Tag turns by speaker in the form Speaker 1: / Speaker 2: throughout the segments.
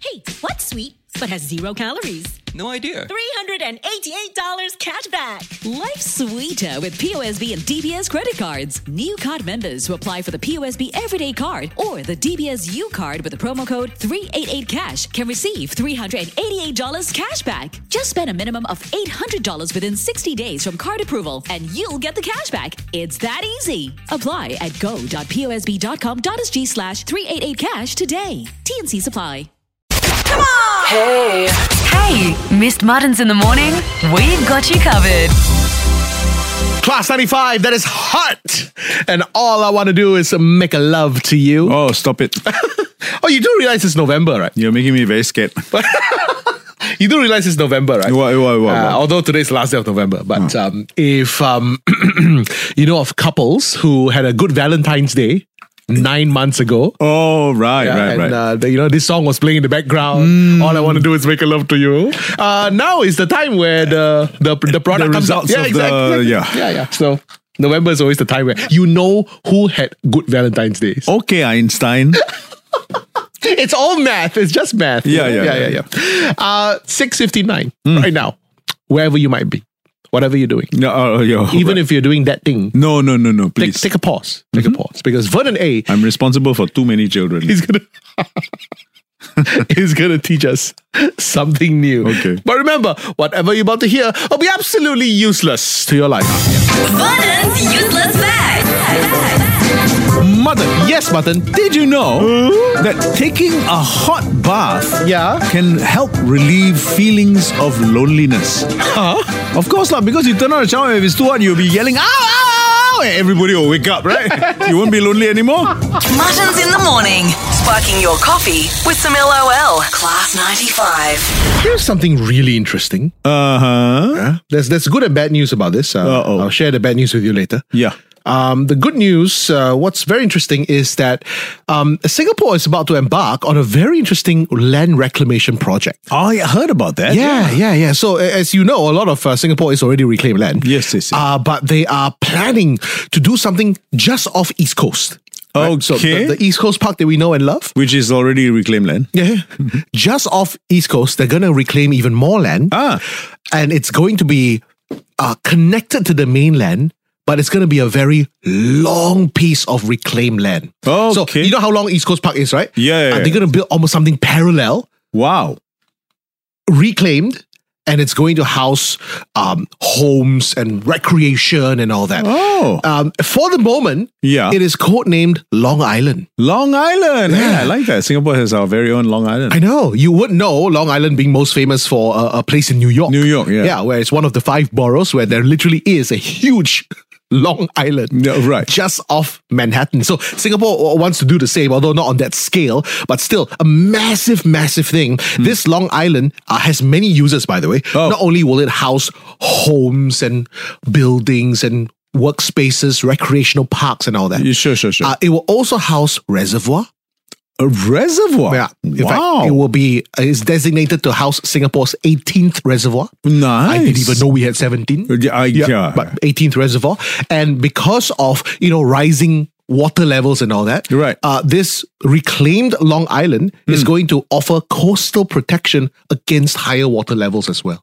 Speaker 1: Hey, what's sweet but has zero calories?
Speaker 2: No idea.
Speaker 1: $388 cash back. Life sweeter with POSB and DBS credit cards. New card members who apply for the POSB Everyday Card or the DBS U card with the promo code 388cash can receive $388 cash back. Just spend a minimum of $800 within 60 days from card approval and you'll get the cash back. It's that easy. Apply at go.posb.com.sg slash 388cash today. TNC Supply.
Speaker 3: Hey. Hey, missed Muttons in the morning? We've got you covered.
Speaker 4: Class 95, that is hot. And all I want to do is make a love to you. Oh,
Speaker 5: Oh, stop it.
Speaker 4: you do realize it's November, right?
Speaker 5: You're making me very scared.
Speaker 4: You do realize it's November, right?
Speaker 5: What- what- what-
Speaker 4: Uh,
Speaker 5: what?
Speaker 4: although today's last day of November. But um, if um, you know of couples who had a good Valentine's Day nine months ago,
Speaker 5: Oh, right,
Speaker 4: Yeah,
Speaker 5: right, Mm.
Speaker 4: and
Speaker 5: right.
Speaker 4: Uh, the- you know this song was playing in the background. All I want to do is make a love to you. Uh, now is the time where the the the product
Speaker 5: The
Speaker 4: comes out.
Speaker 5: results of the- yeah.
Speaker 4: yeah, yeah. So November is always the time where you know who had good Valentine's days.
Speaker 5: okay, Einstein.
Speaker 4: It's all math. It's just math.
Speaker 5: Yeah, yeah,
Speaker 4: yeah, yeah.
Speaker 5: yeah. Mm.
Speaker 4: yeah. Uh, Six fifty nine right now, wherever you might be, whatever you're doing,
Speaker 5: no, oh, yeah,
Speaker 4: even
Speaker 5: right.
Speaker 4: if you're doing that thing,
Speaker 5: No, no, no, no,
Speaker 4: take,
Speaker 5: please. Mm-hmm.
Speaker 4: take a pause. Take a pause because Vernon A
Speaker 5: I'm responsible for too many children.
Speaker 4: He's gonna He's gonna teach us something new.
Speaker 5: Okay.
Speaker 4: But remember, whatever you're about to hear will be absolutely useless to your life.
Speaker 3: Muttons useless fact.
Speaker 4: Mutton, yes, mutton.
Speaker 5: Did you know that taking a hot bath
Speaker 4: Yeah.
Speaker 5: can help relieve feelings of loneliness? Of course not, because you turn on the shower if it's too hot, you'll be yelling, ow, ow, ow, and everybody will wake up, right? you won't be lonely anymore.
Speaker 3: Muttons in the morning. Sparking your coffee with some LOL. Class 95.
Speaker 4: Here's something really interesting.
Speaker 5: Uh-huh.
Speaker 4: There's there's good and bad news about this. Uh,
Speaker 5: Uh-oh.
Speaker 4: I'll share the bad news with you later.
Speaker 5: Yeah.
Speaker 4: Um, the good news, uh, what's very interesting is that um, Singapore is about to embark on a very interesting land reclamation project.
Speaker 5: Oh, I heard about that.
Speaker 4: Yeah, yeah, yeah. So a- as you know, a lot of uh, Singapore is already reclaimed land.
Speaker 5: Yes, yes, yes.
Speaker 4: Uh, but they are planning to do something just off East Coast. So
Speaker 5: Okay.
Speaker 4: the, the East Coast Park that we know and love.
Speaker 5: Which is already reclaimed land.
Speaker 4: Yeah. just off East Coast, they're going to reclaim even more land.
Speaker 5: Ah.
Speaker 4: And it's going to be uh, connected to the mainland. But it's going to be a very long piece of reclaimed land. So
Speaker 5: Okay.
Speaker 4: you know how long East Coast Park is, right?
Speaker 5: Yeah, yeah,
Speaker 4: Uh,
Speaker 5: yeah.
Speaker 4: they're going to build almost something parallel
Speaker 5: Wow.
Speaker 4: reclaimed and it's going to house um, homes and recreation and all that.
Speaker 5: Oh.
Speaker 4: Um, for the moment,
Speaker 5: Yeah.
Speaker 4: it is codenamed Long Island.
Speaker 5: Long Island. Yeah.
Speaker 4: Yeah.
Speaker 5: I like that. Singapore has our very own Long Island.
Speaker 4: I know you would know Long Island being most famous for a, a place in New York.
Speaker 5: New York, yeah.
Speaker 4: yeah, where it's one of the five boroughs where there literally is a huge Long Island,
Speaker 5: Yeah, right.
Speaker 4: just off Manhattan. So Singapore w- wants to do the same, although not on that scale, but still a massive, massive thing. This Long Island uh, has many users, by the way.
Speaker 5: Hmm. Oh.
Speaker 4: Not only will it house homes and buildings and workspaces, recreational parks, and all that.
Speaker 5: Yeah, sure, sure, sure.
Speaker 4: Uh, it will also house reservoir.
Speaker 5: a reservoir.
Speaker 4: Yeah. In
Speaker 5: wow.
Speaker 4: fact, it will be uh, it's designated to house Singapore's 18th reservoir.
Speaker 5: nice. Uh,
Speaker 4: I didn't even know we had 17.
Speaker 5: Yeah, I- yeah.
Speaker 4: But 18th reservoir. And because of, you know, rising water levels and all that,
Speaker 5: Right. Hmm.
Speaker 4: uh, this reclaimed Long Island is going to offer coastal protection against higher water levels as well.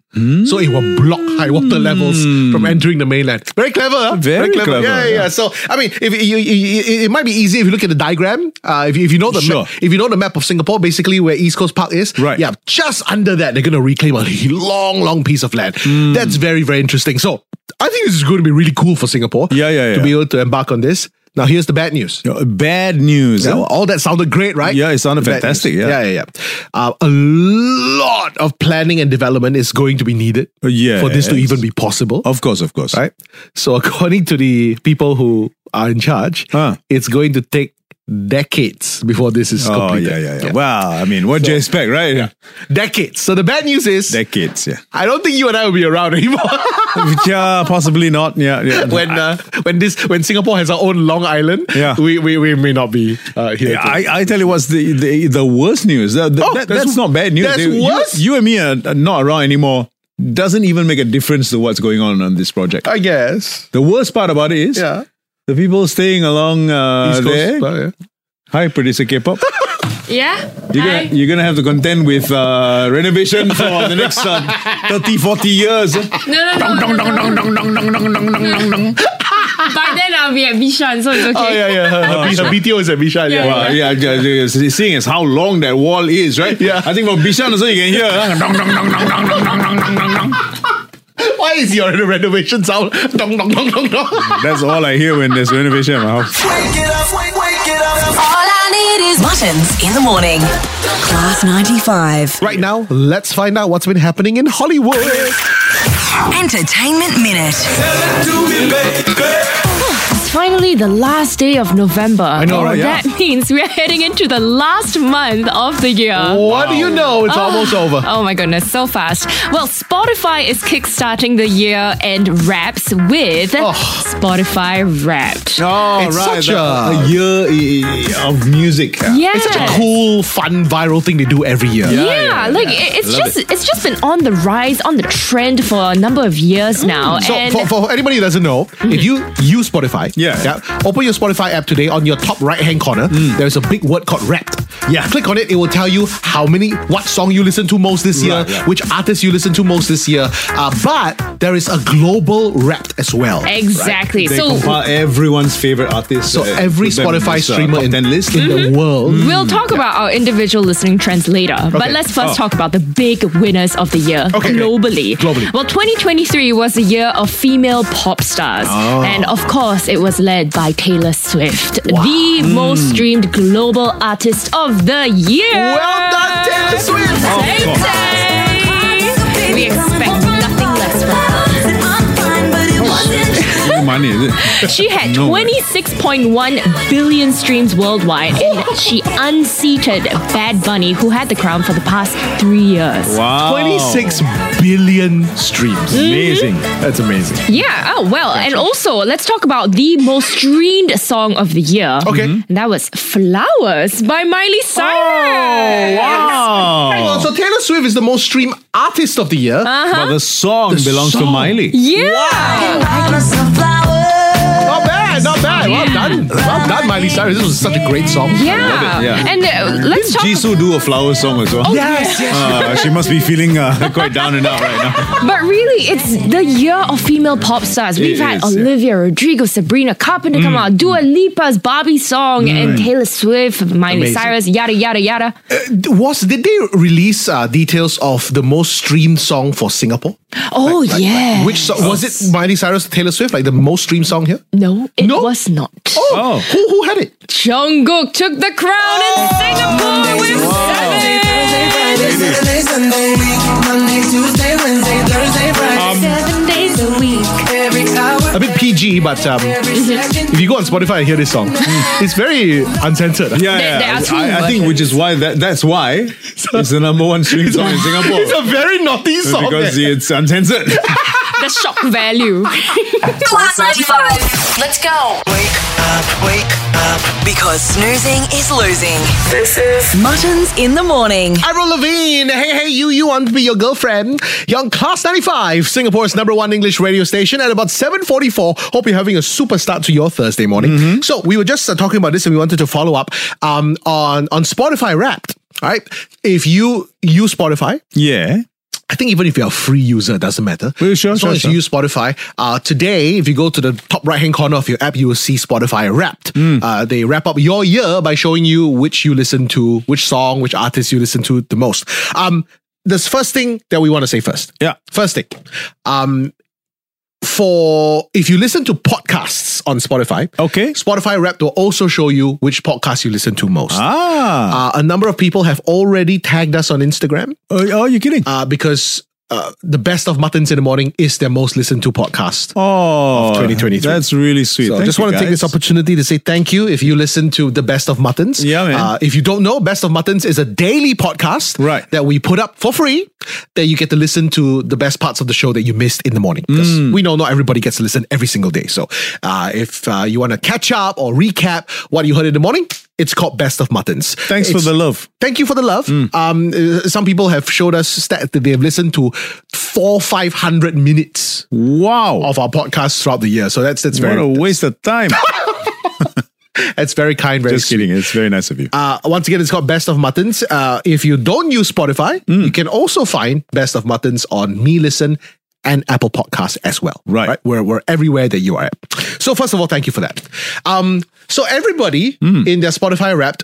Speaker 4: So it will block high water levels from entering the mainland. Very clever. huh?
Speaker 5: Hmm. Very clever,
Speaker 4: Yeah, yeah,
Speaker 5: yeah.
Speaker 4: yeah. So, I mean, if you, you, you, it- it might be easy if you look at the diagram, uh, if, you, if you know the
Speaker 5: Sure.
Speaker 4: map, if you know the map of Singapore, basically where East Coast Park is,
Speaker 5: Right.
Speaker 4: Yeah, just under that, they're going to reclaim a long, long piece of land.
Speaker 5: Hmm.
Speaker 4: That's very, very interesting. So I think this is going to be really cool for Singapore.
Speaker 5: Yeah, yeah,
Speaker 4: To
Speaker 5: yeah.
Speaker 4: be able to embark on this. Now here's the bad news.
Speaker 5: Uh, Bad news.
Speaker 4: Now,
Speaker 5: huh?
Speaker 4: all that sounded great, right?
Speaker 5: Yeah, it sounded
Speaker 4: The bad news.
Speaker 5: fantastic, yeah.
Speaker 4: yeah, yeah. yeah. Uh, a lot of planning and development is going to be needed
Speaker 5: Uh, Oh. yes.
Speaker 4: for this to even be possible.
Speaker 5: Of course, of course.
Speaker 4: Right? So, according to the people who are in charge,
Speaker 5: Huh.
Speaker 4: it's going to take decades before this is
Speaker 5: Oh,
Speaker 4: completed.
Speaker 5: yeah, yeah, yeah. Wow. I mean, what do you expect, right?
Speaker 4: decades. So, the bad news is
Speaker 5: Decades, yeah.
Speaker 4: I don't think you and I will be around anymore
Speaker 5: yeah, possibly not. Yeah, yeah.
Speaker 4: when uh, when this when Singapore has our own Long Island.
Speaker 5: Yeah.
Speaker 4: we we, we may not be uh, here.
Speaker 5: Yeah, I, I tell you what's the the, the worst news. The- the-
Speaker 4: Oh,
Speaker 5: that-
Speaker 4: that's-
Speaker 5: that's, not bad news.
Speaker 4: that's
Speaker 5: you,
Speaker 4: worse?
Speaker 5: You and me are not around anymore. Doesn't even make a difference to what's going on on this project.
Speaker 4: I guess.
Speaker 5: the worst part about it is
Speaker 4: Yeah.
Speaker 5: the people staying along uh,
Speaker 4: East Coast,
Speaker 5: there
Speaker 4: uh, yeah.
Speaker 5: Hi, producer K-pop.
Speaker 2: Yeah.
Speaker 5: You're
Speaker 2: Hi.
Speaker 5: gonna, you're gonna have to contend with uh, renovation for the next uh, 30, 40 years. eh?
Speaker 2: No, no, no. no, no, no. By then I'll be at Bishan, so it's okay.
Speaker 5: Oh yeah, yeah. Her piece
Speaker 4: Her
Speaker 5: of-
Speaker 4: BTO is at Bishan.
Speaker 2: Yeah,
Speaker 5: Wow, yeah, yeah, yeah, yeah. Seeing as how long that wall is, right?
Speaker 4: Yeah.
Speaker 5: I think from Bishan also you can hear. huh? Dong, dong, dong, dong, dong, dong, dong, dong, dong, dong.
Speaker 4: Why is your renovation sound? Dong, dong, dong, dong, dong.
Speaker 5: That's all I hear when there's renovation at my house.
Speaker 6: Wake it up, wake, wake it up.
Speaker 3: All I need is muttons in the morning. Class 95.
Speaker 4: Right now, let's find out what's been happening in Hollywood.
Speaker 3: Entertainment Minute.
Speaker 2: It's Oh, finally the last day of November. I
Speaker 5: know, right?
Speaker 2: That
Speaker 5: Yeah.
Speaker 2: means we're heading into the last month of the year.
Speaker 4: What do you know? It's almost over.
Speaker 2: Oh my goodness, so fast. Well, Spotify is kickstarting the year and wraps with Spotify Wrapped.
Speaker 5: Oh,
Speaker 4: It's such
Speaker 5: the-
Speaker 4: a-
Speaker 5: a year i- i- of music.
Speaker 2: Yeah.
Speaker 4: It's such a cool, fun, viral thing they do every year.
Speaker 2: Yeah,
Speaker 5: yeah,
Speaker 2: like
Speaker 5: yeah.
Speaker 2: it- it's
Speaker 5: Love
Speaker 2: just it's just been on the rise, on the trend for a number of years now.
Speaker 4: So
Speaker 2: Oh, and Hmm.
Speaker 4: for, for anybody who doesn't know, if you use Spotify,
Speaker 5: Yeah. Hmm.
Speaker 4: open your Spotify app today. On your top right hand corner, there's a big word called Wrapped.
Speaker 5: Yeah.
Speaker 4: click on it. It will tell you how many, what song you listen to most this year,
Speaker 5: Right, yeah.
Speaker 4: which artist you listen to most this year. Uh, but there is a global Wrapped as well.
Speaker 2: exactly.
Speaker 5: They
Speaker 2: So
Speaker 5: compile everyone's favorite artist.
Speaker 4: So
Speaker 5: uh,
Speaker 4: every
Speaker 5: put them in
Speaker 4: Spotify
Speaker 5: this, uh,
Speaker 4: streamer
Speaker 5: top
Speaker 4: in,
Speaker 5: 10 list.
Speaker 4: in
Speaker 2: Mm-hmm.
Speaker 4: the world.
Speaker 2: We'll talk about our individual listening trends later, but
Speaker 4: Mm, Okay.
Speaker 2: let's first
Speaker 5: Oh.
Speaker 2: talk about the big winners of the year
Speaker 4: Okay.
Speaker 2: globally.
Speaker 4: Globally.
Speaker 2: Well, 2023 was the year of female pop stars,
Speaker 4: Oh.
Speaker 2: and of course, it was led by Taylor Swift, the
Speaker 4: Mm.
Speaker 2: most streamed global artist of the year.
Speaker 4: Well done, Taylor Oh, Swift.
Speaker 2: Tay
Speaker 5: course.
Speaker 2: Tay. We expect nothing less from her.
Speaker 5: No money, is it?
Speaker 2: She had
Speaker 5: No way.
Speaker 2: 26.1 billion streams worldwide, and she unseated Bad Bunny, who had the crown for the past three years.
Speaker 5: Wow.
Speaker 4: 26 billion streams.
Speaker 5: Mm-hmm. Amazing. That's amazing.
Speaker 2: Yeah. Oh well. And also, let's talk about the most streamed song of the year.
Speaker 4: Okay. Mhm.
Speaker 2: And that was "Flowers" by Miley Cyrus.
Speaker 5: Oh, Wow.
Speaker 4: Well, so Taylor Swift is the most streamed artist of the year.
Speaker 2: Uh-huh.
Speaker 5: But the song belongs to
Speaker 4: song.
Speaker 5: Miley.
Speaker 2: Yeah.
Speaker 4: Not bad, not bad. Well done. Well done, Miley Cyrus. This was such a great song.
Speaker 2: Yeah.
Speaker 5: yeah.
Speaker 2: And uh, let's
Speaker 5: Didn't
Speaker 2: talk.
Speaker 5: Jisoo do a flower song as well?
Speaker 4: Oh, Yes, yes.
Speaker 5: Uh, she must be feeling uh, quite down and out right now.
Speaker 2: But really, it's the year of female pop stars. We've had
Speaker 5: is, yeah. Mm.
Speaker 2: Olivia Rodrigo, Sabrina Carpenter come out, Dua Lipa's Barbie song, and Taylor Swift, Miley
Speaker 4: Amazing.
Speaker 2: Cyrus, yada yada yada.
Speaker 4: Was did they release uh, details of the most streamed song for Singapore?
Speaker 2: Oh yeah.
Speaker 4: Which song was it? Miley Cyrus, Taylor Swift, like the most streamed song here.
Speaker 2: No, it
Speaker 4: No?
Speaker 2: was not.
Speaker 4: Oh, who who had it?
Speaker 2: Jungkook took the crown in Singapore with seven. Seven days a week.
Speaker 4: A bit PG, but um, if you go on Spotify and hear this song, it's very uncensored.
Speaker 5: Yeah,
Speaker 2: There-
Speaker 5: yeah.
Speaker 2: there are two
Speaker 5: I, I think which is why that that's why it's the number one streaming song in Singapore.
Speaker 4: it's a very naughty song.
Speaker 5: because
Speaker 4: eh.
Speaker 5: it's uncensored.
Speaker 2: The shock value.
Speaker 3: Class 95. Let's go.
Speaker 6: Wake up, wake up.
Speaker 3: Because snoozing is losing.
Speaker 6: This is
Speaker 3: Muttons in the morning.
Speaker 4: Avril Lavigne, hey, hey, you, you want to be your girlfriend? You're on Class 95, Singapore's number one English radio station at about 7.44. Hope you're having a super start to your Thursday morning. So we were just uh, talking about this and we wanted to follow up um, on, on Spotify Wrapped, all right? If you use Spotify,
Speaker 5: yeah.
Speaker 4: I think even if you're a free user, it doesn't matter.
Speaker 5: Well, sure,
Speaker 4: as
Speaker 5: sure,
Speaker 4: long as
Speaker 5: sure.
Speaker 4: you use Spotify. Uh, today, if you go to the top right hand corner of your app, you will see Spotify Wrapped.
Speaker 5: Mm.
Speaker 4: Uh, they wrap up your year by showing you which you listen to, which song, which artist you listen to the most. Um, this first thing that we want to say first.
Speaker 5: Yeah.
Speaker 4: First thing, um, for if you listen to podcasts on Spotify,
Speaker 5: Okay.
Speaker 4: Spotify Wrapped will also show you which podcast you listen to most.
Speaker 5: Ah.
Speaker 4: Uh, a number of people have already tagged us on Instagram
Speaker 5: oh, oh, you kidding?
Speaker 4: uh, because uh, the best of muttons in the morning is their most listened to podcast.
Speaker 5: oh,
Speaker 4: 2023.
Speaker 5: That's really sweet.
Speaker 4: So I
Speaker 5: Thank
Speaker 4: just
Speaker 5: you,
Speaker 4: want to take
Speaker 5: guys.
Speaker 4: this opportunity to say thank you if you listen to the Best of Muttons.
Speaker 5: Yeah, man.
Speaker 4: Uh, if you don't know, Best of Muttons is a daily podcast
Speaker 5: Right.
Speaker 4: that we put up for free that you get to listen to the best parts of the show that you missed in the morning. Because
Speaker 5: Mm.
Speaker 4: we know not everybody gets to listen every single day. So uh, if uh, you want to catch up or recap what you heard in the morning, it's called Best of Muttons.
Speaker 5: Thanks for
Speaker 4: It's-
Speaker 5: the love.
Speaker 4: Thank you for the love.
Speaker 5: Mm.
Speaker 4: Um, uh, some people have showed us stats that they've listened to four, five hundred minutes
Speaker 5: Wow.
Speaker 4: of our podcast throughout the year. So that's that's
Speaker 5: what
Speaker 4: very
Speaker 5: a waste of time.
Speaker 4: It's very kind, very
Speaker 5: Just
Speaker 4: sweet.
Speaker 5: kidding. It's very nice of you.
Speaker 4: Uh, once again, it's called Best of Muttons. Uh, if you don't use Spotify, you can also find Best of Muttons on Me Listen and Apple Podcasts as well.
Speaker 5: Right.
Speaker 4: We're, we're everywhere that you are at. So, first of all, thank you for that. Um, so, everybody
Speaker 5: Mm.
Speaker 4: in their Spotify wrapped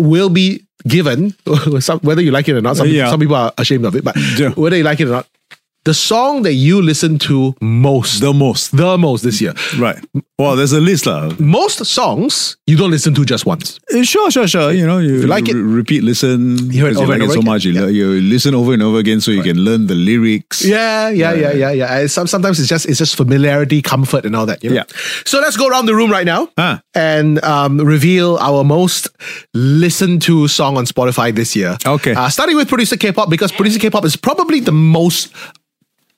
Speaker 4: will be given, some, whether you like it or not, some,
Speaker 5: Yeah.
Speaker 4: some people are ashamed of it, but
Speaker 5: Yeah.
Speaker 4: whether you like it or not, the song that you listen to most,
Speaker 5: the most.
Speaker 4: the most this year.
Speaker 5: Right. Well, there's a list. lah.
Speaker 4: Most songs you don't listen to just once.
Speaker 5: Eh, Sure, sure, sure. You know, you,
Speaker 4: you like it-
Speaker 5: re- repeat, listen.
Speaker 4: hear it
Speaker 5: because
Speaker 4: over and
Speaker 5: like
Speaker 4: over
Speaker 5: so
Speaker 4: again.
Speaker 5: much. You,
Speaker 4: Yeah.
Speaker 5: le- you listen over and over again so you can learn the lyrics.
Speaker 4: Yeah, yeah, yeah, yeah, yeah. I- some- sometimes it's just it's just familiarity, comfort, and all that. you know?
Speaker 5: Yeah.
Speaker 4: So let's go around the room right now
Speaker 5: Ah.
Speaker 4: and um, reveal our most listened to song on Spotify this year.
Speaker 5: Okay.
Speaker 4: Uh, starting with producer K-pop because producer K-pop is probably the most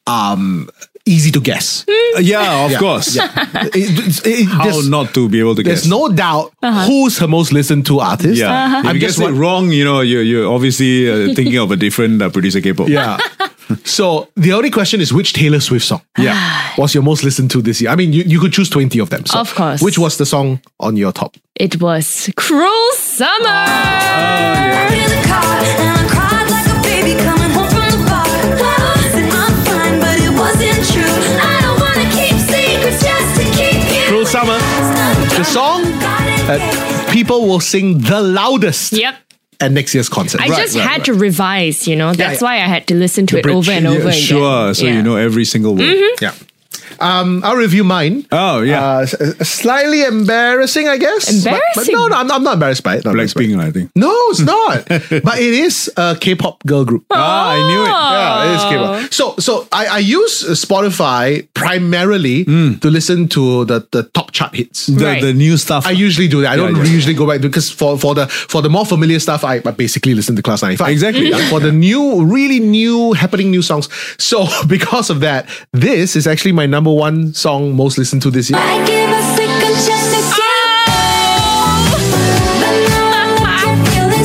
Speaker 4: um easy to guess.
Speaker 5: Uh, yeah, of
Speaker 4: Yeah.
Speaker 5: course.
Speaker 4: It- it's- it-
Speaker 5: How
Speaker 4: there's,
Speaker 5: not to be able to
Speaker 4: there's
Speaker 5: guess?
Speaker 4: no doubt who's her most listened to artist.
Speaker 5: Yeah,
Speaker 2: Uh-huh.
Speaker 5: if
Speaker 4: I'm
Speaker 5: you
Speaker 4: just
Speaker 5: guess it
Speaker 4: won-
Speaker 5: wrong, you know, you're, you're obviously uh, thinking of a different uh, producer K-pop.
Speaker 4: Yeah. so the only question is which Taylor Swift song?
Speaker 5: Yeah.
Speaker 4: was your most listened to this year? I mean, you, you could choose 20 of them. So.
Speaker 2: Of course.
Speaker 4: Which was the song on your top?
Speaker 2: It was Cruel Summer.
Speaker 7: In the car, and I cried like a baby coming home from the bar. I said I'm fine, but it wasn't true. I don't wanna keep secrets just to keep you.
Speaker 4: Cruel Summer. The song that people will sing the loudest
Speaker 2: Yep.
Speaker 4: at next year's concert.
Speaker 2: I
Speaker 4: Right.
Speaker 2: just had to revise, you know. That's
Speaker 4: yeah.
Speaker 2: why I had to listen to it
Speaker 4: bridge.
Speaker 2: over and
Speaker 4: Yeah,
Speaker 2: over again.
Speaker 5: Sure, so
Speaker 2: Yeah. Mm-hmm.
Speaker 5: you know every single word.
Speaker 4: Yeah. Um, I'll review mine.
Speaker 5: Oh, yeah.
Speaker 4: Uh, s- s- slightly embarrassing, I guess. But- But,
Speaker 2: Embarrassing?
Speaker 4: no, no, I'm, I'm not embarrassed by it. Not embarrassed by it.
Speaker 5: Blackpink, I think.
Speaker 4: Uh, No, it's not. but it is a K-pop girl group.
Speaker 2: Oh.
Speaker 5: Ah, I knew it.
Speaker 4: Yeah, it is K-pop. So, so I, I use uh, Spotify primarily
Speaker 5: Hmm.
Speaker 4: to listen to the, the top chart hits.
Speaker 5: The,
Speaker 2: Right.
Speaker 5: the new stuff.
Speaker 4: I usually do that. I don't
Speaker 5: yeah.
Speaker 4: usually go back because for, for the for the more familiar stuff, I, I basically listen to Class 95.
Speaker 5: Exactly.
Speaker 4: Yeah, for the new, really new, happening new songs. So because of that, this is actually my number one song most listened to this year.
Speaker 7: I give a second chance again. Feeling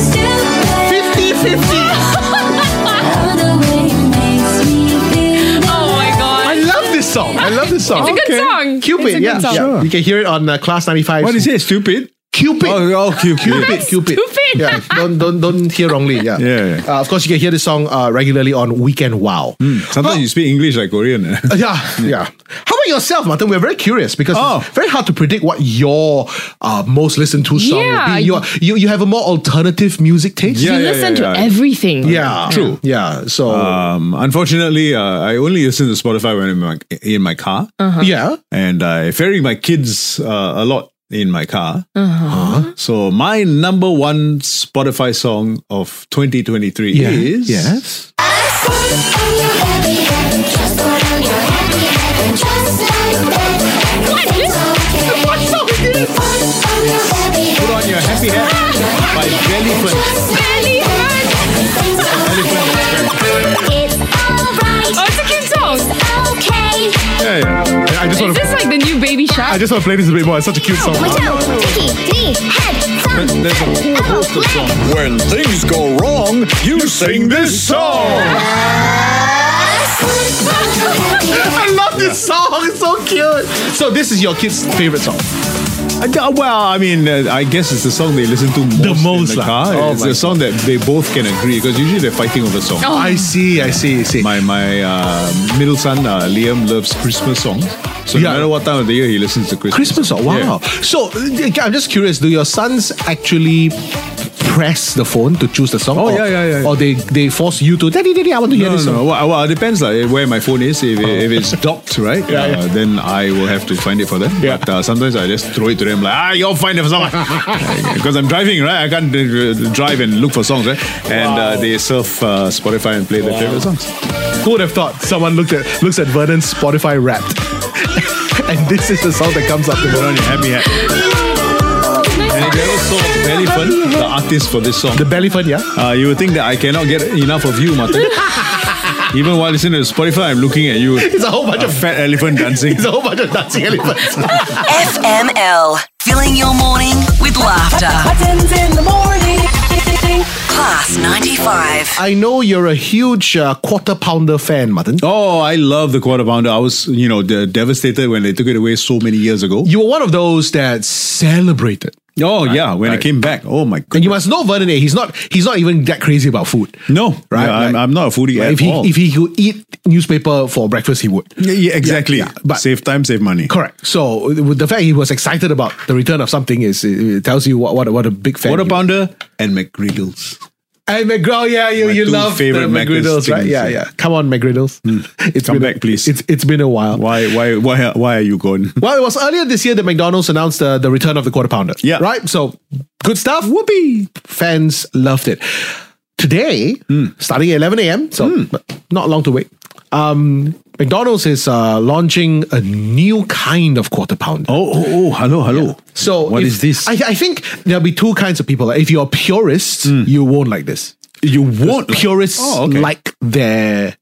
Speaker 4: 50-50.
Speaker 7: stupid. Oh, the way it makes me feel.
Speaker 2: Oh my god.
Speaker 4: I love this song. I love this song.
Speaker 2: It's a
Speaker 4: Okay.
Speaker 2: good song.
Speaker 4: Cupid,
Speaker 2: It's a good
Speaker 4: yeah.
Speaker 2: song.
Speaker 4: yeah.
Speaker 5: Sure.
Speaker 4: You can hear it on uh, Class 95.
Speaker 5: What is it? Stupid?
Speaker 4: Cupid.
Speaker 5: Oh, oh Cupid.
Speaker 4: Cupid, Cupid.
Speaker 2: Stupid.
Speaker 4: Yeah, don't don't don't hear wrongly. Yeah,
Speaker 5: Yeah, yeah.
Speaker 4: Uh, of course, you can hear this song uh, regularly on Weekend Wow.
Speaker 5: Sometimes you speak English like Korean. eh?
Speaker 4: Uh, Yeah, yeah. How about yourself, Martin? We're very curious because
Speaker 5: Oh.
Speaker 4: it's very hard to predict what your uh, most listened to song will
Speaker 2: Yeah.
Speaker 4: be. You're, you you have a more alternative music taste.
Speaker 5: Yeah,
Speaker 2: you
Speaker 5: yeah,
Speaker 2: listen
Speaker 5: yeah,
Speaker 2: to
Speaker 5: yeah.
Speaker 2: everything.
Speaker 4: yeah,
Speaker 5: True.
Speaker 4: Yeah, so
Speaker 5: Um, unfortunately, uh, I only listen to Spotify when I'm in my, in my car,
Speaker 4: yeah,
Speaker 5: and I ferry my kids uh, a lot in my car. Uh-huh. So my number one Spotify song of 2023
Speaker 4: Yeah.
Speaker 5: is
Speaker 4: Yes.
Speaker 5: Put on your happy hat by Jellyfin.
Speaker 7: It's alright.
Speaker 2: Oh, it's a cute song.
Speaker 7: Okay.
Speaker 5: Yeah, yeah.
Speaker 4: I just
Speaker 2: Is
Speaker 4: want to
Speaker 2: this like the new Baby Shark?
Speaker 4: I just want to play this a bit more. It's such a cute song.
Speaker 7: One, two, pinky, knee, head, thumb,
Speaker 5: There's a whole host of songs. When things go wrong, you sing this song.
Speaker 4: I love this song. It's so cute. So this is your kid's favorite song.
Speaker 5: Uh, well, I mean, uh, I guess it's the song they listen to most,
Speaker 4: most,
Speaker 5: in the
Speaker 4: lah.
Speaker 5: car.
Speaker 4: Oh
Speaker 5: it's
Speaker 4: my Oh.
Speaker 5: the song that they both can agree because usually they're fighting over songs.
Speaker 4: I see. I see. I see.
Speaker 5: My my uh, middle son uh, Liam loves Christmas songs, so
Speaker 4: Yeah.
Speaker 5: no matter what time of the year he listens to Christmas.
Speaker 4: Christmas song. Wow.
Speaker 5: Yeah.
Speaker 4: So uh, I'm just curious. Do your sons actually press the phone to choose the song?
Speaker 5: Oh,
Speaker 4: or,
Speaker 5: yeah, yeah, yeah.
Speaker 4: Or they they force you to daddy daddy. I want to hear
Speaker 5: No,
Speaker 4: this
Speaker 5: no, no.
Speaker 4: song.
Speaker 5: Well, well, it depends like, where my phone is. If, if it's docked, right,
Speaker 4: Yeah, yeah.
Speaker 5: Uh, then I will have to find it for them.
Speaker 4: Yeah.
Speaker 5: But uh, sometimes I just throw it to them like, ah, you'll find it for someone. Because I'm driving, right? I can't uh, drive and look for songs, right? And uh, they surf uh, Spotify and play their favorite songs.
Speaker 4: Who would have thought someone looked at looks at Vernon's Spotify Wrapped, and this is the song that comes up to
Speaker 5: Put on
Speaker 4: Vernon.
Speaker 5: your happy hat. And if you ever saw Elephant, the artist for this song,
Speaker 4: The belly fun, yeah.
Speaker 5: Uh, you would think that I cannot get enough of you, Martin. Even while listening to Spotify, I'm looking at you.
Speaker 4: It's a whole bunch
Speaker 5: A
Speaker 4: of
Speaker 5: fat elephant dancing.
Speaker 4: it's a whole bunch of dancing elephants.
Speaker 3: FML. Filling your morning with laughter.
Speaker 6: Buttons in the morning.
Speaker 3: Class 95.
Speaker 4: I know you're a huge uh, quarter pounder fan, Martin.
Speaker 5: Oh, I love the quarter pounder. I was, you know, de- devastated when they took it away so many years ago.
Speaker 4: You were one of those that celebrated
Speaker 5: Oh yeah, when
Speaker 4: right.
Speaker 5: I came back, oh my god!
Speaker 4: And you must know Vernon A. He's not he's not even that crazy about food.
Speaker 5: no,
Speaker 4: Right?
Speaker 5: right? I'm,
Speaker 4: Like-
Speaker 5: I'm not a foodie
Speaker 4: Like,
Speaker 5: at
Speaker 4: if he
Speaker 5: all.
Speaker 4: if he could eat newspaper for breakfast, he would.
Speaker 5: yeah, yeah, exactly.
Speaker 4: Yeah, yeah, but-
Speaker 5: save time, save money.
Speaker 4: Correct. So with the fact he was excited about the return of something is it tells you what what, a- what a big fan.
Speaker 5: What a
Speaker 4: he was.
Speaker 5: pounder and McGriddles.
Speaker 4: Hey McGriddle, yeah, you
Speaker 5: My
Speaker 4: you
Speaker 5: two
Speaker 4: love the
Speaker 5: favourite Macca's
Speaker 4: McGriddles, right?
Speaker 5: things,
Speaker 4: Yeah,
Speaker 5: yeah. Hmm.
Speaker 4: yeah. Come on, McGriddles. It's
Speaker 5: Come
Speaker 4: been a-
Speaker 5: back, please.
Speaker 4: It's it's been a while.
Speaker 5: Why? Why? Why? Why are you gone?
Speaker 4: Well, it was earlier this year that McDonald's announced the, the return of the quarter pounder.
Speaker 5: Yeah.
Speaker 4: Right? So good stuff. Whoopee. Fans loved it. Today,
Speaker 5: Hmm.
Speaker 4: starting at 11 a.m., so not long to wait, um, McDonald's is uh, launching a new kind of quarter pounder.
Speaker 5: Oh, oh, oh! Hello, hello.
Speaker 4: So
Speaker 5: what
Speaker 4: if-
Speaker 5: is this?
Speaker 4: I, I think there'll be two kinds of people. If you're purists, you won't like this.
Speaker 5: you Hmm. won't
Speaker 4: Purists
Speaker 5: Oh, okay.
Speaker 4: like their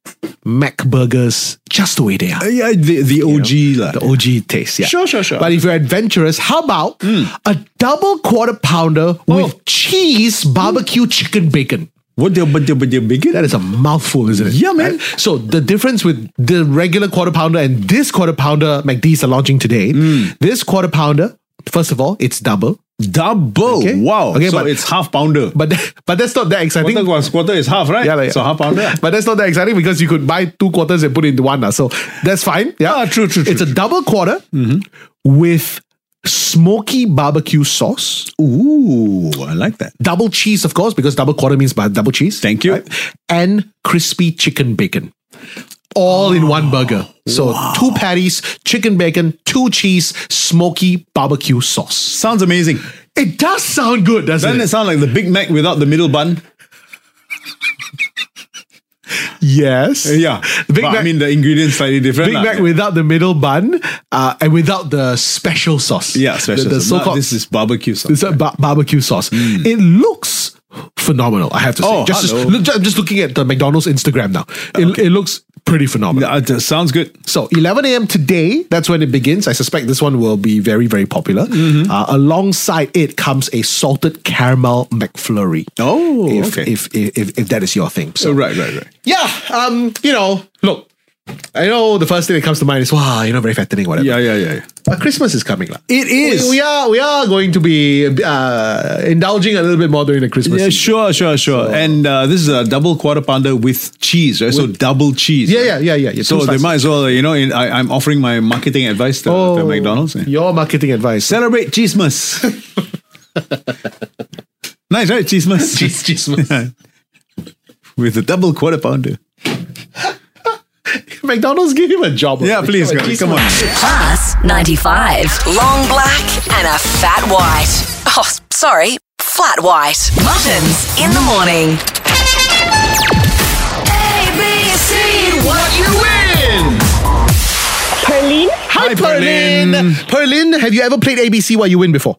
Speaker 4: Mac burgers just the way they are.
Speaker 5: yeah, the, the OG lah.
Speaker 4: The OG taste, yeah.
Speaker 5: Sure, sure, Hmm. sure.
Speaker 4: But if you're adventurous, how about a double quarter pounder
Speaker 5: Oh.
Speaker 4: with cheese barbecue chicken bacon?
Speaker 5: What they but they but they're bigger.
Speaker 4: That is a mouthful, isn't it?
Speaker 5: Yeah, man.
Speaker 4: Right? So the difference with the regular quarter pounder and this quarter pounder McD's are launching today,
Speaker 5: Hmm.
Speaker 4: this quarter pounder, first of all, it's double.
Speaker 5: double.
Speaker 4: Okay.
Speaker 5: Wow.
Speaker 4: Okay,
Speaker 5: so
Speaker 4: but-
Speaker 5: it's half pounder.
Speaker 4: But but that's not that exciting.
Speaker 5: quarter, was- quarter is half, right?
Speaker 4: Yeah, like-
Speaker 5: so half pounder.
Speaker 4: But that's not that exciting because you could buy two quarters and put it into one. ah. So that's fine. Yeah.
Speaker 5: Ah, true, true, true,
Speaker 4: It's a
Speaker 5: true. Mm-hmm.
Speaker 4: double quarter with smoky barbecue sauce,
Speaker 5: Ooh, I like that.
Speaker 4: double cheese, of course, because double quarter means bu- double cheese.
Speaker 5: Thank you.
Speaker 4: And crispy chicken bacon. All in one burger. So two patties, chicken bacon, two cheese, smoky barbecue sauce.
Speaker 5: Sounds amazing.
Speaker 4: It does sound good, doesn't
Speaker 5: Doesn't
Speaker 4: it?
Speaker 5: it sound like the Big Mac without the middle bun?
Speaker 4: Yes.
Speaker 5: Yeah,
Speaker 4: Big
Speaker 5: but I
Speaker 4: Mac-
Speaker 5: mean the ingredients slightly different.
Speaker 4: Big
Speaker 5: lah.
Speaker 4: Mac without the middle bun uh, and without the special sauce.
Speaker 5: yeah, special.
Speaker 4: The, the
Speaker 5: sauce. Nah,
Speaker 4: so-called
Speaker 5: this is barbecue sauce.
Speaker 4: it's a ba- barbecue sauce. It looks phenomenal. I have to say.
Speaker 5: Oh,
Speaker 4: just, just,
Speaker 5: hello.
Speaker 4: look, just looking at the McDonald's Instagram now, it, it looks pretty phenomenal.
Speaker 5: Uh, that sounds good.
Speaker 4: So 11 a.m. today, that's when it begins. I suspect this one will be very, very popular.
Speaker 5: Mm-hmm.
Speaker 4: Uh, alongside it comes a salted caramel McFlurry.
Speaker 5: Oh,
Speaker 4: if,
Speaker 5: okay.
Speaker 4: if, if, if, if that is your thing. So
Speaker 5: Oh, right, right, right.
Speaker 4: yeah, um, you know, look, I know the first thing that comes to mind is wow, you know, very fattening, whatever.
Speaker 5: Yeah, yeah, yeah. yeah.
Speaker 4: But Christmas is coming, lah.
Speaker 5: It is.
Speaker 4: We, we are we are going to be uh, indulging a little bit more during the Christmas.
Speaker 5: Yeah,
Speaker 4: season.
Speaker 5: sure, sure, sure. and uh, this is a double quarter pounder with cheese, right? so double cheese.
Speaker 4: Yeah,
Speaker 5: right?
Speaker 4: yeah, yeah, yeah, yeah.
Speaker 5: So
Speaker 4: Two
Speaker 5: they
Speaker 4: slices.
Speaker 5: might as well, you know, in, I, I'm offering my marketing advice to,
Speaker 4: Oh.
Speaker 5: to McDonald's. eh?
Speaker 4: Your marketing advice.
Speaker 5: Celebrate Cheesemas. nice, right? Cheesemas.
Speaker 4: Cheese- Cheesemas.
Speaker 5: with a double quarter pounder.
Speaker 4: McDonald's give him a job.
Speaker 5: Yeah,
Speaker 4: already.
Speaker 5: please,
Speaker 4: a
Speaker 5: guys, come
Speaker 4: Cheesemas.
Speaker 5: on.
Speaker 3: Class 95.
Speaker 8: Long black and a fat white. Oh, sorry, flat white.
Speaker 3: Muttons in the morning.
Speaker 8: A, B, C, what you
Speaker 9: Perlin?
Speaker 4: Hi,
Speaker 5: Hi,
Speaker 4: Perlin. Perlin, have you ever played ABC while you win before?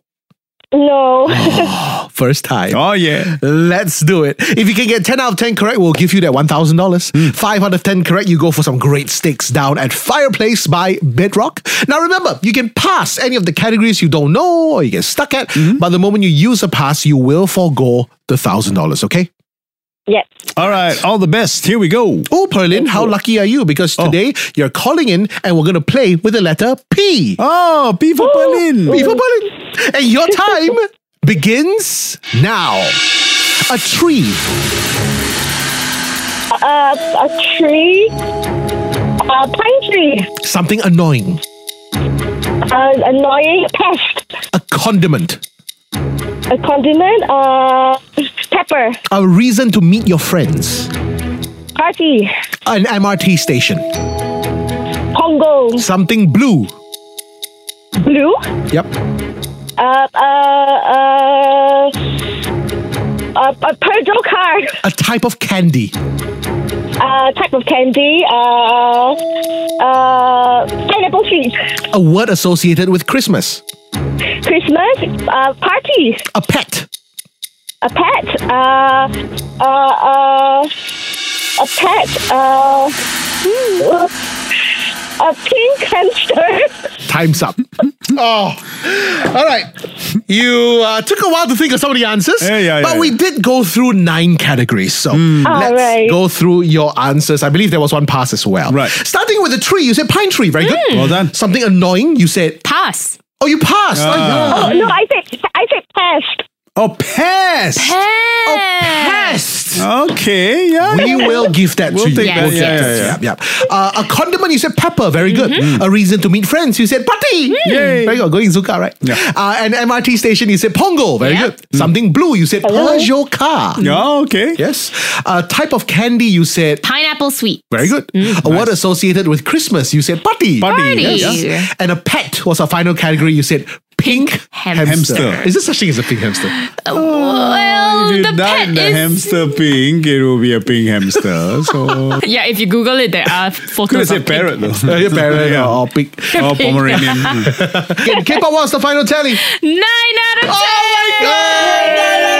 Speaker 9: No.
Speaker 4: First time.
Speaker 5: Oh, yeah.
Speaker 4: Let's do it. If you can get 10 out of 10 correct, we'll give you that $1,000. 5 out of 10 correct, you go for some great steaks down at Fireplace by Bedrock. Now remember, you can pass any of the categories you don't know or you get stuck at, but the moment you use a pass, you will forego the $1,000, okay?
Speaker 9: yes.
Speaker 5: All right, all the best. Here we go.
Speaker 4: Oh, Perlin, how lucky are you? Because today you're calling in and we're going to play with the letter P.
Speaker 5: Oh, P for Berlin.
Speaker 4: P for Berlin. And your time begins now. A tree.
Speaker 9: Uh, a tree. A pine tree.
Speaker 4: Something annoying.
Speaker 9: An annoying pest.
Speaker 4: A condiment.
Speaker 9: A condiment. Uh, pepper.
Speaker 4: a reason to meet your friends,
Speaker 9: Party.
Speaker 4: an MRT station,
Speaker 9: Congo.
Speaker 4: something blue.
Speaker 9: Blue.
Speaker 4: Yep.
Speaker 9: Uh, uh, uh, a, a Pedro car.
Speaker 4: A type of candy,
Speaker 9: Uh, type of candy. Uh, uh, pineapple trees.
Speaker 4: a word associated with Christmas,
Speaker 9: Christmas. Uh, party.
Speaker 4: a pet,
Speaker 9: a pet, uh, uh, uh, a pet, uh, hmm, a pink hamster.
Speaker 4: time's up. oh, all right. You uh, took a while to think of some of the answers,
Speaker 5: Yeah, yeah, Hmm. yeah,
Speaker 4: but we
Speaker 5: yeah.
Speaker 4: did go through nine categories. So
Speaker 9: All
Speaker 4: let's
Speaker 9: right.
Speaker 4: go through your answers. I believe there was one pass as well.
Speaker 5: Right.
Speaker 9: Hmm.
Speaker 4: Starting with a tree, you said pine tree. Very good.
Speaker 5: Well done.
Speaker 4: Something annoying, you said
Speaker 2: Pass.
Speaker 4: Oh, you passed. Oh,
Speaker 5: Ah.
Speaker 9: Oh, No, I said I said pest.
Speaker 5: Oh, pest.
Speaker 4: Oh, Pest.
Speaker 5: Okay, yeah.
Speaker 4: We will give that
Speaker 5: We'll
Speaker 4: to
Speaker 5: take
Speaker 4: you.
Speaker 5: that.
Speaker 4: We'll give
Speaker 5: Yeah,
Speaker 4: that
Speaker 5: yeah,
Speaker 4: to you.
Speaker 5: yeah.
Speaker 4: Yep, yep. Uh, a condiment, you said pepper. Very good. A reason to meet friends, you said party.
Speaker 5: Yay.
Speaker 4: Very good. Going Zuka, right?
Speaker 5: Yeah.
Speaker 4: Uh, an MRT station, you said Pongo. Very
Speaker 2: Yeah.
Speaker 4: good. Something blue, you said Peugeot car.
Speaker 5: Oh, okay.
Speaker 4: Yes. A type of candy, you said.
Speaker 2: Pineapple sweet.
Speaker 4: Very good. A word associated with Christmas, you said party.
Speaker 5: Party.
Speaker 2: Party.
Speaker 5: Yes.
Speaker 4: And a pet was our final category. You said pink
Speaker 2: Hamster.
Speaker 5: Hamster.
Speaker 4: Is there such thing as a pink hamster?
Speaker 2: Well,
Speaker 5: If you
Speaker 2: the
Speaker 5: dye
Speaker 2: pet
Speaker 5: the
Speaker 2: is.
Speaker 5: hamster pink, it will be a pink hamster. So
Speaker 2: Yeah, if you Google it, there are
Speaker 5: could have
Speaker 2: photos.
Speaker 5: said
Speaker 2: of
Speaker 5: parrot though.
Speaker 4: Uh, yeah, parrot
Speaker 5: Yeah.
Speaker 4: or, or pink.
Speaker 5: Or Pomeranian.
Speaker 4: Okay, K-pop was the final tally.
Speaker 2: Nine out of ten.
Speaker 5: Oh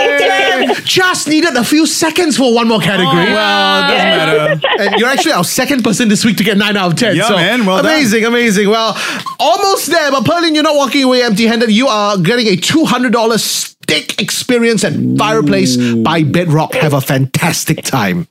Speaker 4: Just needed a few seconds for one more category.
Speaker 5: well, Oh, doesn't matter.
Speaker 4: and you're actually our second person this week to get nine out of ten.
Speaker 5: Yeah,
Speaker 4: so
Speaker 5: man, well done.
Speaker 4: amazing, amazing. Well, almost there, but Perlin, you're not walking away empty-handed. You are getting a two hundred dollar steak experience at Fireplace by Bedrock. Have a fantastic time.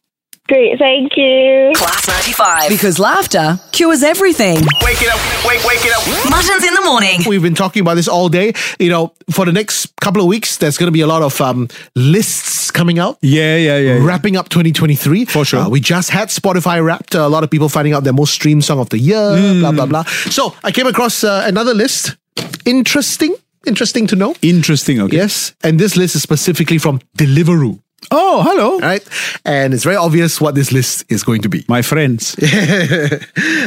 Speaker 9: Great, thank you.
Speaker 8: Class 95.
Speaker 3: Because laughter cures everything.
Speaker 10: Wake it up, wake, wake it up.
Speaker 8: Muttons in the morning.
Speaker 4: We've been talking about this all day. You know, for the next couple of weeks, there's going to be a lot of um, lists coming out.
Speaker 5: Yeah, yeah, yeah.
Speaker 4: Wrapping up 2023. For
Speaker 5: sure.
Speaker 4: we just had Spotify wrapped. Uh, a lot of people finding out their most streamed song of the year, blah, blah, blah. So I came across uh, another list. Interesting. Interesting to know.
Speaker 5: Interesting. Okay.
Speaker 4: Yes. And this list is specifically from Deliveroo,
Speaker 5: Oh, hello,
Speaker 4: right? And it's very obvious what this list is going to be.
Speaker 5: my friends.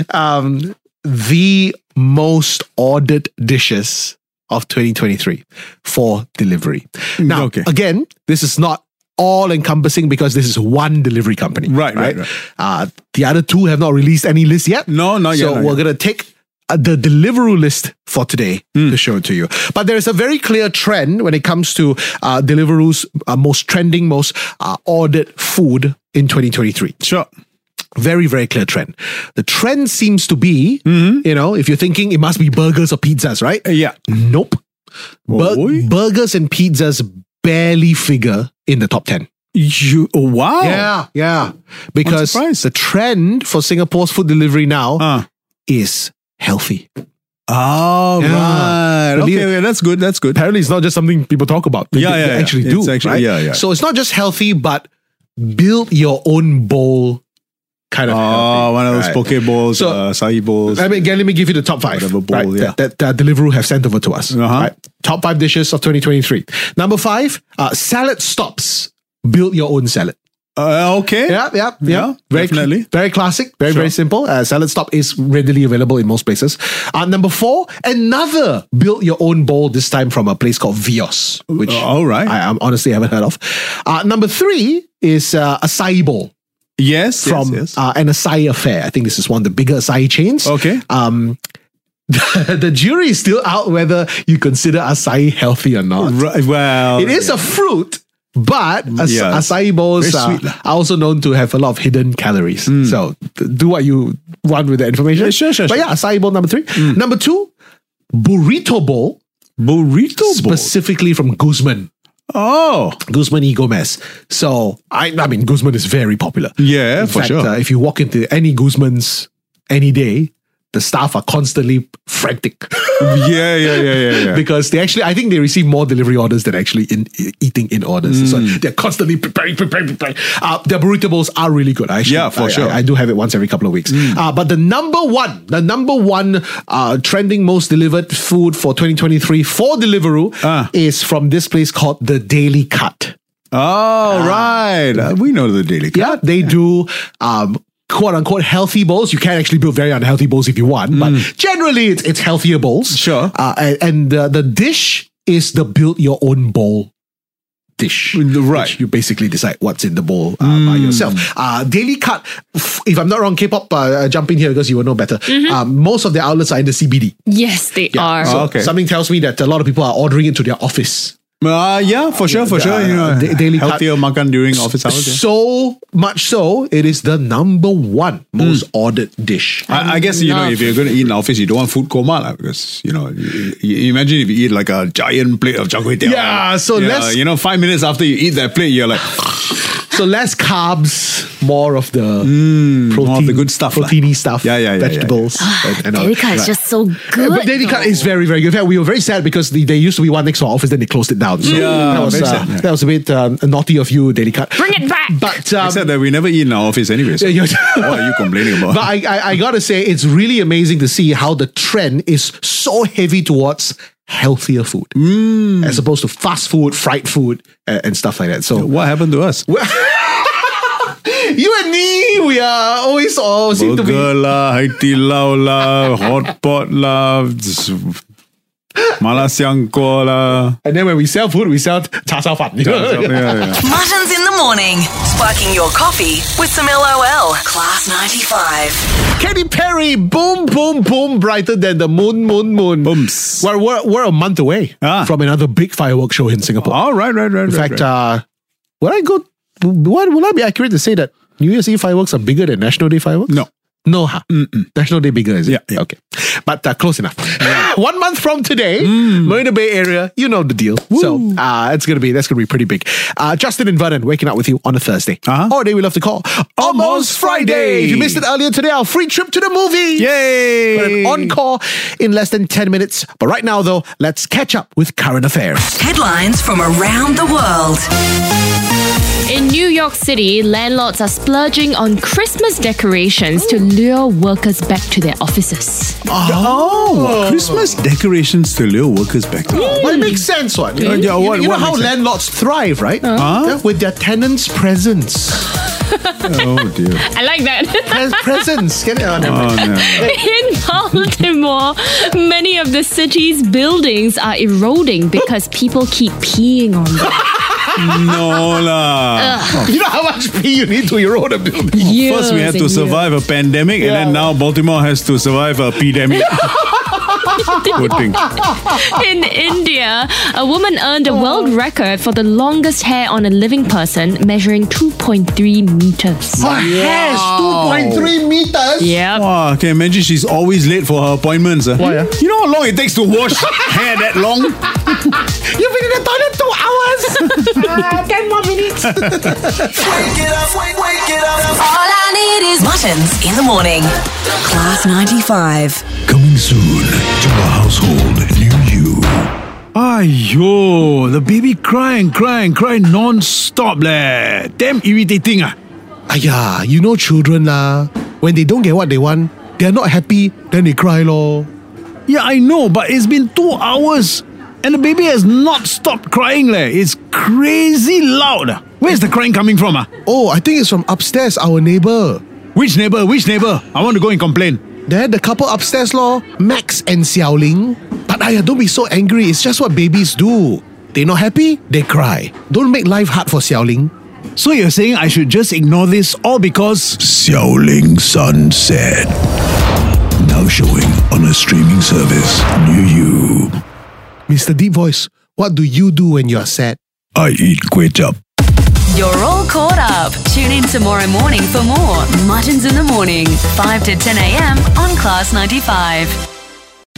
Speaker 4: um, the most ordered dishes of 2023 for delivery. Now,
Speaker 5: Mm, okay.
Speaker 4: again, this is not all encompassing because this is one delivery company.
Speaker 5: Right, right, right.
Speaker 4: Uh, the other two have not released any list yet.
Speaker 5: No, not yet,
Speaker 4: So
Speaker 5: not
Speaker 4: we're
Speaker 5: yet.
Speaker 4: going to take uh, the Deliveroo list for today
Speaker 5: Mm.
Speaker 4: to show it to you. But there is a very clear trend when it comes to uh, Deliveroo's uh, most trending, most uh, ordered food in 2023
Speaker 5: Sure.
Speaker 4: very very clear trend the trend seems to be you know if you're thinking it must be burgers or pizzas right
Speaker 5: Uh,
Speaker 4: Eh,
Speaker 5: Yeah.
Speaker 4: nope Bur-
Speaker 5: Oi.
Speaker 4: burgers and pizzas barely figure in the top 10
Speaker 5: You. Oh, wow.
Speaker 4: yeah yeah because
Speaker 5: surprised.
Speaker 4: the trend for singapore's food delivery now
Speaker 5: Uh.
Speaker 4: is healthy
Speaker 5: Oh,
Speaker 4: Yeah.
Speaker 5: right.
Speaker 4: Believe-
Speaker 5: Okay, okay, that's good. That's good.
Speaker 4: apparently it's not just something people talk about they,
Speaker 5: Yeah,
Speaker 4: they-
Speaker 5: yeah,
Speaker 4: they
Speaker 5: yeah.
Speaker 4: actually
Speaker 5: It's
Speaker 4: do
Speaker 5: actually-
Speaker 4: right?
Speaker 5: yeah, yeah.
Speaker 4: so it's not just healthy but build your own bowl kind Ah, of
Speaker 5: Oh,
Speaker 4: healthy,
Speaker 5: one of those
Speaker 4: right?
Speaker 5: poke bowls,
Speaker 4: So-
Speaker 5: uh, sahi bowls.
Speaker 4: I mean, again, let me give you the top five
Speaker 5: Whatever bowl,
Speaker 4: right,
Speaker 5: yeah.
Speaker 4: that, that, that Deliveroo have sent over to us.
Speaker 5: Uh-huh.
Speaker 4: Top five dishes of 2023. Number five, uh, salad stops. Build your own salad.
Speaker 5: Uh, okay.
Speaker 4: Yeah, yeah, yeah.
Speaker 5: Yeah,
Speaker 4: very, cl-
Speaker 5: definitely.
Speaker 4: Very classic, very, very simple. Uh, salad stop is readily available in most places. Uh, number four, another build your own bowl, this time from a place called Vios, which
Speaker 5: Uh, all right.
Speaker 4: I, I honestly haven't heard of. Uh, number three is uh, acai bowl
Speaker 5: Yes.
Speaker 4: from
Speaker 5: yes, yes.
Speaker 4: Uh, an acai affair. I think this is one of the bigger acai chains.
Speaker 5: okay.
Speaker 4: um the jury is still out whether you consider acai healthy or not.
Speaker 5: Right, well,
Speaker 4: It is a fruit, but as-
Speaker 5: Yeah.
Speaker 4: acai bowls
Speaker 5: Very
Speaker 4: are,
Speaker 5: sweet. Mm.
Speaker 4: are also known to have a lot of hidden calories. So d- do what you want with the information.
Speaker 5: Yeah, sure, sure,
Speaker 4: But
Speaker 5: sure. Mm.
Speaker 4: yeah, acai bowl number three. Number two, burrito bowl,
Speaker 5: burrito bowl.
Speaker 4: specifically from Guzman.
Speaker 5: Oh,
Speaker 4: Guzman y Gomez. So I, I mean, Guzman is very popular.
Speaker 5: Yeah,
Speaker 4: In
Speaker 5: for
Speaker 4: fact,
Speaker 5: sure.
Speaker 4: uh, if you walk into any Guzman's any day, the staff are constantly frantic
Speaker 5: yeah, yeah, yeah, yeah. yeah.
Speaker 4: because they actually, I think they receive more delivery orders than actually in, i- eating in orders. So
Speaker 5: Mm.
Speaker 4: they're constantly preparing, preparing, preparing. Uh, their burrito bowls are really good. I Actually,
Speaker 5: Yeah, for
Speaker 4: I-
Speaker 5: sure. Mm.
Speaker 4: I, I do have it once every couple of weeks. Uh, but the number one, the number one uh, trending most delivered food for 2023 for Deliveroo
Speaker 5: Ah.
Speaker 4: is from this place called the Daily Cut.
Speaker 5: Oh,
Speaker 4: Ah.
Speaker 5: right. Uh, we know the daily.
Speaker 4: Yeah, they do um, quote unquote healthy bowls. You can actually build very unhealthy bowls if you want, but generally it's, it's healthier bowls.
Speaker 5: Mm. Sure.
Speaker 4: Uh, and and uh, the dish is the build your own bowl dish.
Speaker 5: Right. Mm.
Speaker 4: which You basically decide what's in the bowl uh, by yourself. Uh, Daily Cut, f- if I'm not wrong, K pop, uh, uh, jump in here because you will know better. Um, most of the outlets are in the CBD.
Speaker 2: Yes, they are.
Speaker 4: So
Speaker 5: Oh, okay.
Speaker 4: Something tells me that a lot of people are ordering it to their office.
Speaker 5: Uh, yeah, for sure, for sure. You know,
Speaker 4: da- daily
Speaker 5: healthier makan during office hours. yeah.
Speaker 4: So much so, it is the number one most ordered dish.
Speaker 5: Mm. I, I guess you know
Speaker 2: Love.
Speaker 5: if you're going to eat in the office, you don't want food coma lah, because you know. You, you imagine if you eat like a giant plate of char kway teow.
Speaker 4: Yeah, so
Speaker 5: you know,
Speaker 4: let's-
Speaker 5: you know five minutes after you eat that plate, you're like
Speaker 4: So less carbs, more of the protein,
Speaker 5: Mm, more of the good stuff lah.
Speaker 4: proteiny stuff.
Speaker 5: Yeah, yeah, Ah, yeah, yeah,
Speaker 4: vegetables. And, and all.
Speaker 2: Delica is
Speaker 4: Right.
Speaker 2: just so
Speaker 4: Uh,
Speaker 2: good.
Speaker 4: But Dedica is very, very good. In fact, we were very sad because the, there used to be one next to our office, then they closed it down. So
Speaker 5: Yeah,
Speaker 4: that was,
Speaker 5: very
Speaker 4: uh,
Speaker 5: sad, yeah.
Speaker 4: that was a bit um, naughty of you, Dedica.
Speaker 2: Bring it back.
Speaker 4: But um,
Speaker 5: Except that we never eat in our office anyway. So
Speaker 4: Yeah,
Speaker 5: what
Speaker 4: yeah.
Speaker 5: are you complaining about?
Speaker 4: But I, I, I gotta say, it's really amazing to see how the trend is so heavy towards healthier food
Speaker 5: Mm.
Speaker 4: as opposed to fast food, fried food, and, and stuff like that. So,
Speaker 5: what happened to us?
Speaker 4: you and me, we are always all seem to be.
Speaker 5: Burger lah, Hai Di Lao lah, Hot Pot lah, Mala Siang Kuo lah.
Speaker 4: And then when we sell food, we sell cha shao fan. You know?
Speaker 5: Yeah, yeah.
Speaker 8: Muttons in the morning. Sparking your coffee with some LOL. Class 95.
Speaker 4: Katy Perry, boom, boom, boom, brighter than the moon, moon, moon.
Speaker 5: Booms.
Speaker 4: We're, we're, we're a month away
Speaker 5: Ah.
Speaker 4: from another big fireworks show in Singapore.
Speaker 5: All right, right, right.
Speaker 4: In
Speaker 5: right,
Speaker 4: fact,
Speaker 5: right.
Speaker 4: uh, would I go? What would I be accurate to say that New Year's Eve fireworks are bigger than National Day fireworks?
Speaker 5: No.
Speaker 4: no, huh? National Day bigger is it?
Speaker 5: Yeah, yeah.
Speaker 4: okay, but uh, close enough. One month from today,
Speaker 5: Mm.
Speaker 4: Marina Bay area, you know the deal. So uh, it's gonna be that's gonna be pretty big. Uh, Justin and Vernon waking up with you on a Thursday
Speaker 5: Uh-huh.
Speaker 4: or a day we love to call Almost Friday. If you missed it earlier today, our free trip to the movie.
Speaker 5: Yay!
Speaker 4: Got an encore in less than 10 minutes. But right now, though, let's catch up with current affairs.
Speaker 8: Headlines from around the world.
Speaker 2: In New York City, landlords are splurging on Christmas decorations to lure workers back to their offices.
Speaker 5: uh, Oh, Christmas decorations to lure workers back.
Speaker 4: Well, it makes sense, what?
Speaker 5: Yeah, yeah,
Speaker 4: you,
Speaker 5: what-
Speaker 4: you know
Speaker 5: what
Speaker 4: how
Speaker 5: makes sense?
Speaker 4: landlords thrive, right? Yeah, With their tenants' presence.
Speaker 5: Oh dear.
Speaker 2: I like that.
Speaker 4: Pre- presence. Get it on
Speaker 5: Oh, no.
Speaker 2: In Baltimore, many of the city's buildings are eroding because people keep peeing on them.
Speaker 5: no lah.
Speaker 4: You know how much pee you need to erode a building?
Speaker 5: First, we had to
Speaker 2: Years and
Speaker 5: survive a pandemic, and then now Baltimore has to survive a pandemic. Good thing.
Speaker 2: In India, a woman earned
Speaker 5: Oh.
Speaker 2: a world record for the longest hair on a living person, measuring 2.3 meters.
Speaker 4: My hair's 2.3 meters.
Speaker 2: Yep.
Speaker 5: Wow, can imagine she's always late for her appointments. ah.
Speaker 4: Why, ah?
Speaker 5: You know how long it takes to wash hair that long?
Speaker 4: You've been in the toilet two hours. Ah, 10 more minutes.
Speaker 10: Wake it up, wake, wake it up.
Speaker 8: All I need is muttons in the morning. Class 95.
Speaker 5: Coming soon to a household near you. Ayo, the baby cry and cry and cry non-stop leh. Damn irritating ah.
Speaker 4: Aya, you know children lah. When they don't get what they want, they're not happy, then they cry lor.
Speaker 5: Yeah, I know, but it's been two hours and the baby has not stopped crying leh. It's crazy loud. ah. Where's the crying coming from ah?
Speaker 4: Oh, I think it's from upstairs, our neighbor.
Speaker 5: Which neighbor? Which neighbor? I want to go and complain.
Speaker 4: There, the couple upstairs, lor, Max and Xiaoling. But Aya, don't be so angry. It's just what babies do. They not happy, they cry. Don't make life hard for Xiaoling.
Speaker 5: So you're saying I should just ignore this all because Xiaoling Sunset now showing on a streaming service near you.
Speaker 4: Mr. Deep Voice, what do you do when you're sad?
Speaker 5: I eat kway chap.
Speaker 3: You're all caught up. Tune in tomorrow morning for more Muttons in the Morning, 5 to 10 a.m. on Class 95.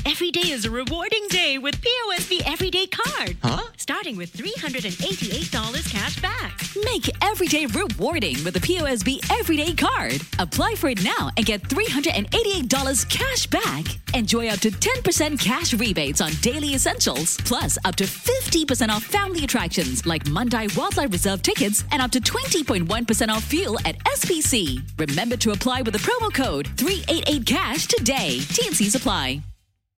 Speaker 1: Every day is a rewarding day with POSB Everyday Card. Huh? Starting with $388 cash back.
Speaker 8: Make
Speaker 1: Every day rewarding with the POSB Everyday Card. Apply for it now and get $388 cash back. Enjoy up to 10% cash rebates on daily essentials, plus up to 50% off family attractions like Mundai Wildlife Reserve tickets and up to 20.1% off fuel at SPC. Remember to apply with the promo code 388CASH today. TNCs apply.